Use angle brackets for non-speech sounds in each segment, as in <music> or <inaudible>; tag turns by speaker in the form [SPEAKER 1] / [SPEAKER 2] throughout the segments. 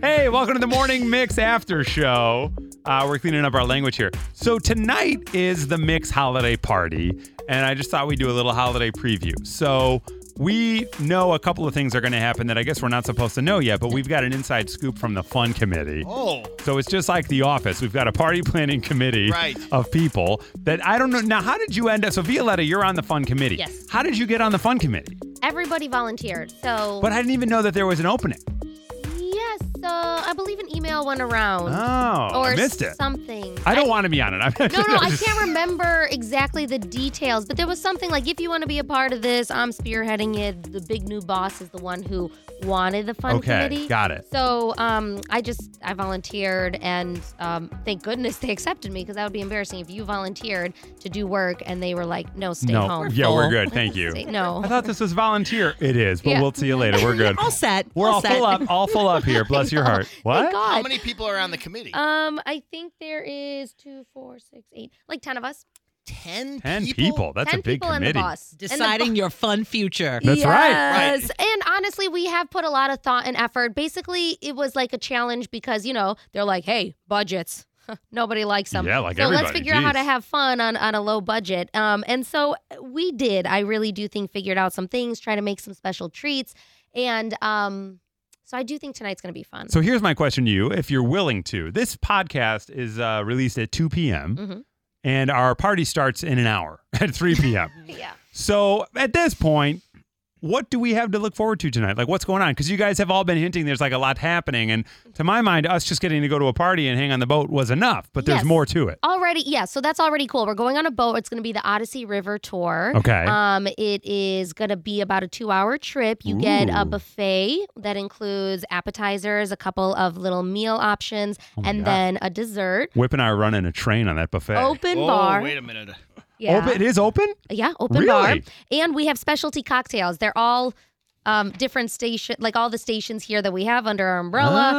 [SPEAKER 1] Hey, welcome to the Morning Mix After Show. Uh, we're cleaning up our language here. So, tonight is the Mix holiday party, and I just thought we'd do a little holiday preview. So, we know a couple of things are going to happen that I guess we're not supposed to know yet, but we've got an inside scoop from the fun committee.
[SPEAKER 2] Oh,
[SPEAKER 1] So it's just like the office. We've got a party planning committee
[SPEAKER 2] Right.
[SPEAKER 1] of people that I don't know. Now, how did you end up? So, Violetta, you're on the fun committee.
[SPEAKER 3] Yes.
[SPEAKER 1] How did you get on the fun committee?
[SPEAKER 3] Everybody volunteered. So
[SPEAKER 1] But I didn't even know that there was an opening.
[SPEAKER 3] yes, uh, I believe an email went around
[SPEAKER 1] Oh,
[SPEAKER 3] or
[SPEAKER 1] I missed it.
[SPEAKER 3] something.
[SPEAKER 1] I don't want to be on it. I'm <laughs>
[SPEAKER 3] No, no, I can't remember exactly the details, but there was something like if you want to be a part of this, I'm spearheading it. The big new boss is the one who wanted the fun
[SPEAKER 1] Okay,
[SPEAKER 3] committee.
[SPEAKER 1] got it.
[SPEAKER 3] So um, I just I volunteered, and um, thank goodness they <laughs> accepted me because that would be embarrassing if you volunteered to do work and they were like, no, stay
[SPEAKER 1] No,
[SPEAKER 3] home.
[SPEAKER 1] yeah, we're good. Thank you.
[SPEAKER 3] Stay- no.
[SPEAKER 1] I thought this was volunteer. It is, but
[SPEAKER 3] Yeah.
[SPEAKER 1] we'll see you later. We're good.
[SPEAKER 4] All set.
[SPEAKER 1] We're all
[SPEAKER 4] set.
[SPEAKER 1] full up. All full up
[SPEAKER 3] <laughs>
[SPEAKER 1] here. Bless your heart.
[SPEAKER 3] Thank
[SPEAKER 1] What?
[SPEAKER 3] Oh God.
[SPEAKER 2] how many people are on the committee?
[SPEAKER 3] Um, I think there is two, four, six, eight, like ten of us.
[SPEAKER 2] ten,
[SPEAKER 1] Ten
[SPEAKER 2] people.
[SPEAKER 1] people. That's
[SPEAKER 3] ten
[SPEAKER 1] a big
[SPEAKER 3] people and
[SPEAKER 1] committee.
[SPEAKER 3] the boss. And the
[SPEAKER 4] <laughs> Deciding your fun future.
[SPEAKER 1] That's right.
[SPEAKER 3] Yes. And honestly, we have put a lot of thought and effort. Basically, it was like a challenge because, you know, they're like, hey, budgets. <laughs> Nobody likes them.
[SPEAKER 1] Yeah, like
[SPEAKER 3] so let's
[SPEAKER 1] everybody,
[SPEAKER 3] figure out how
[SPEAKER 1] geez.
[SPEAKER 3] to have fun on, on a low budget. Um, and so we did. I really do think figured out some things, try to make some special treats, and um, so I do think tonight's gonna be fun.
[SPEAKER 1] So here's my question to you, if you're willing to. This podcast is uh, released at 2 p.m.
[SPEAKER 3] Mhm.
[SPEAKER 1] and our party starts in an hour <laughs> at 3 p.m.
[SPEAKER 3] yeah.
[SPEAKER 1] so at this point, what do we have to look forward to tonight? Like, what's going on? Because you guys have all been hinting there's like a lot happening. And to my mind, us just getting to go to a party and hang on the boat was enough, but there's
[SPEAKER 3] Yes.
[SPEAKER 1] more to it.
[SPEAKER 3] Already, yeah. So that's already cool. We're going on a boat. It's going to be the Odyssey River tour.
[SPEAKER 1] Okay.
[SPEAKER 3] Um, it is going to be about a two-hour trip. You get
[SPEAKER 1] Ooh.
[SPEAKER 3] a buffet that includes appetizers, a couple of little meal options,
[SPEAKER 1] Oh my
[SPEAKER 3] and
[SPEAKER 1] God.
[SPEAKER 3] then a dessert.
[SPEAKER 1] Whip and I are running a train on that buffet.
[SPEAKER 3] Open
[SPEAKER 2] Whoa,
[SPEAKER 3] bar.
[SPEAKER 2] Oh, Wait a minute.
[SPEAKER 3] Oh, Yeah.
[SPEAKER 1] Open- It is open?
[SPEAKER 3] Yeah. Open
[SPEAKER 1] Really?
[SPEAKER 3] bar. And we have specialty cocktails. They're all um, different station, like all the stations here that we have under our umbrella.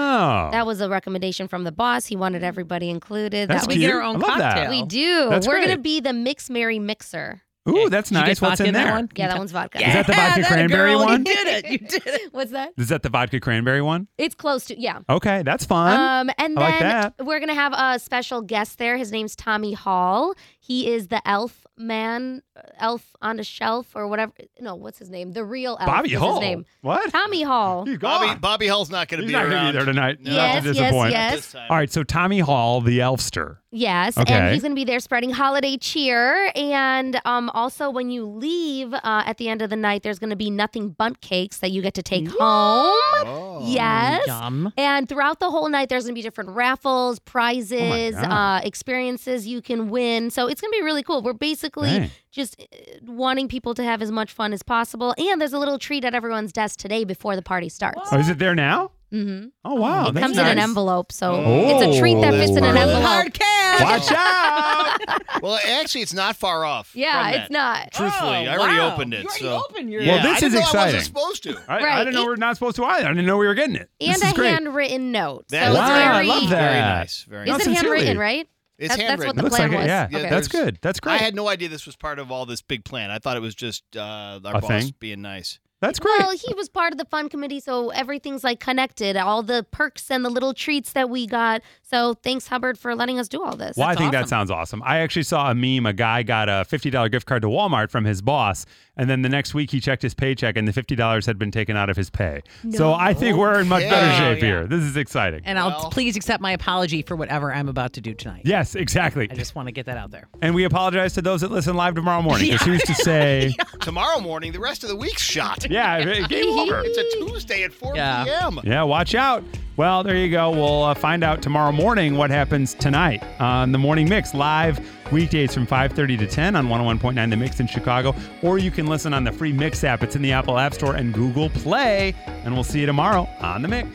[SPEAKER 1] Oh.
[SPEAKER 3] That was a recommendation from the boss. He wanted everybody included.
[SPEAKER 1] That's
[SPEAKER 3] that
[SPEAKER 4] we
[SPEAKER 1] cute.
[SPEAKER 4] get our own
[SPEAKER 1] I love that.
[SPEAKER 4] cocktail.
[SPEAKER 3] we do.
[SPEAKER 1] That's
[SPEAKER 3] We're
[SPEAKER 1] great.
[SPEAKER 3] gonna be the Mix Mary Mixer.
[SPEAKER 1] Ooh, that's
[SPEAKER 4] Did you get
[SPEAKER 1] nice. What's
[SPEAKER 4] vodka
[SPEAKER 1] in
[SPEAKER 4] that
[SPEAKER 1] there?
[SPEAKER 4] one?
[SPEAKER 3] Yeah, that one's vodka.
[SPEAKER 1] Is that the vodka
[SPEAKER 4] <laughs> that
[SPEAKER 1] cranberry
[SPEAKER 4] girl.
[SPEAKER 1] one?
[SPEAKER 4] You did it. You did it.
[SPEAKER 3] What's that?
[SPEAKER 1] Is that the vodka cranberry one?
[SPEAKER 3] It's close to yeah.
[SPEAKER 1] Okay, that's fun.
[SPEAKER 3] Um, and
[SPEAKER 1] I like
[SPEAKER 3] then
[SPEAKER 1] that.
[SPEAKER 3] we're gonna have a special guest there. His name's Tommy Hall. He is the elf man, elf on a shelf or whatever. No, what's his name? The real elf.
[SPEAKER 1] Bobby
[SPEAKER 3] is
[SPEAKER 1] Hall.
[SPEAKER 3] His name.
[SPEAKER 1] What?
[SPEAKER 3] Tommy <laughs> Hall.
[SPEAKER 1] He's
[SPEAKER 2] Bobby,
[SPEAKER 1] gone.
[SPEAKER 2] Bobby Hall's not going to
[SPEAKER 1] He's
[SPEAKER 2] be
[SPEAKER 1] not gonna
[SPEAKER 2] around.
[SPEAKER 1] be there tonight.
[SPEAKER 2] No.
[SPEAKER 1] Not
[SPEAKER 3] yes,
[SPEAKER 1] to
[SPEAKER 3] yes,
[SPEAKER 1] disappoint.
[SPEAKER 2] At this
[SPEAKER 3] yes.
[SPEAKER 2] time.
[SPEAKER 1] All right, so Tommy Hall, the Elfster.
[SPEAKER 3] Yes,
[SPEAKER 1] Okay.
[SPEAKER 3] and he's going to be there spreading holiday cheer. And um, also, when you leave uh, at the end of the night, there's going to be nothing bunt cakes that you get to take home.
[SPEAKER 2] Oh.
[SPEAKER 3] Yes.
[SPEAKER 4] Yum.
[SPEAKER 3] And throughout the whole night, there's going to be different raffles, prizes, uh,
[SPEAKER 1] Oh God.
[SPEAKER 3] experiences you can win. So it's going to be really cool. We're basically
[SPEAKER 1] Dang.
[SPEAKER 3] just uh, wanting people to have as much fun as possible. And there's a little treat at everyone's desk today before the party starts.
[SPEAKER 1] Oh, is it there now?
[SPEAKER 3] hmm
[SPEAKER 1] Oh wow,
[SPEAKER 3] it
[SPEAKER 1] that's
[SPEAKER 3] comes in an
[SPEAKER 1] nice.
[SPEAKER 3] envelope. So it's a treat that
[SPEAKER 1] Oh.
[SPEAKER 3] fits in an
[SPEAKER 2] Really
[SPEAKER 3] envelope.
[SPEAKER 4] Hard
[SPEAKER 3] <laughs>
[SPEAKER 4] cash.
[SPEAKER 1] Watch out!
[SPEAKER 2] Well, actually, it's not far off.
[SPEAKER 3] Yeah,
[SPEAKER 2] from
[SPEAKER 3] it's
[SPEAKER 2] that.
[SPEAKER 3] not.
[SPEAKER 2] Truthfully, I
[SPEAKER 4] wow.
[SPEAKER 2] already opened it.
[SPEAKER 4] You already
[SPEAKER 2] so.
[SPEAKER 4] opened your-
[SPEAKER 1] Well, this
[SPEAKER 2] I
[SPEAKER 1] is
[SPEAKER 2] didn't know I
[SPEAKER 1] exciting. Uh,
[SPEAKER 2] wasn't supposed to.
[SPEAKER 1] I, I
[SPEAKER 3] Right,
[SPEAKER 1] didn't know
[SPEAKER 3] it-
[SPEAKER 1] we're not supposed to either. I didn't know we were getting it.
[SPEAKER 3] And
[SPEAKER 1] this is
[SPEAKER 3] a
[SPEAKER 1] great.
[SPEAKER 3] handwritten note.
[SPEAKER 2] That
[SPEAKER 3] so
[SPEAKER 2] is
[SPEAKER 3] it's
[SPEAKER 1] wow, I
[SPEAKER 3] very,
[SPEAKER 1] love that.
[SPEAKER 2] Very nice. Very
[SPEAKER 1] No,
[SPEAKER 3] Is
[SPEAKER 2] nice.
[SPEAKER 3] it
[SPEAKER 1] sincerely.
[SPEAKER 3] handwritten, right?
[SPEAKER 2] It's
[SPEAKER 3] That's- that's what
[SPEAKER 2] handwritten.
[SPEAKER 3] the
[SPEAKER 1] Looks
[SPEAKER 3] plan
[SPEAKER 1] like it.
[SPEAKER 3] was.
[SPEAKER 1] Yeah,
[SPEAKER 2] Okay.
[SPEAKER 1] that's
[SPEAKER 2] There's-
[SPEAKER 1] good. That's great.
[SPEAKER 2] I had no idea this was part of all this big plan. I thought it was just uh, our boss
[SPEAKER 1] thing?
[SPEAKER 2] being nice.
[SPEAKER 1] that's great.
[SPEAKER 3] Well, he was part of the fun committee, so everything's like connected. All the perks and the little treats that we got. So thanks, Hubbard, for letting us do all this.
[SPEAKER 1] Well, I
[SPEAKER 4] That's
[SPEAKER 1] think that
[SPEAKER 4] awesome.
[SPEAKER 1] sounds awesome. I actually saw a meme. A guy got a $50 gift card to Walmart from his boss, and then the next week he checked his paycheck, and the $50 had been taken out of his pay. So I think we're in much better
[SPEAKER 2] Okay.
[SPEAKER 1] shape
[SPEAKER 2] Yeah.
[SPEAKER 1] here. This is exciting.
[SPEAKER 4] And I'll
[SPEAKER 2] Well.
[SPEAKER 4] please accept my apology for whatever I'm about to do tonight.
[SPEAKER 1] yes, exactly.
[SPEAKER 4] I just want to get that out there.
[SPEAKER 1] And we apologize to those that listen live tomorrow morning. Because who's
[SPEAKER 3] <laughs>
[SPEAKER 1] to say?
[SPEAKER 2] Tomorrow morning, the rest of the week's shot.
[SPEAKER 1] yeah, it- game over.
[SPEAKER 2] It's a Tuesday at 4
[SPEAKER 4] Yeah.
[SPEAKER 2] p.m.
[SPEAKER 1] Yeah, watch out. Well, there you go. We'll uh, find out tomorrow morning what happens tonight on the Morning Mix live weekdays from 5:30 to 10 on 101.9 The Mix in Chicago, or you can listen on the free Mix app. It's in the Apple App Store and Google Play. And we'll see you tomorrow on the Mix.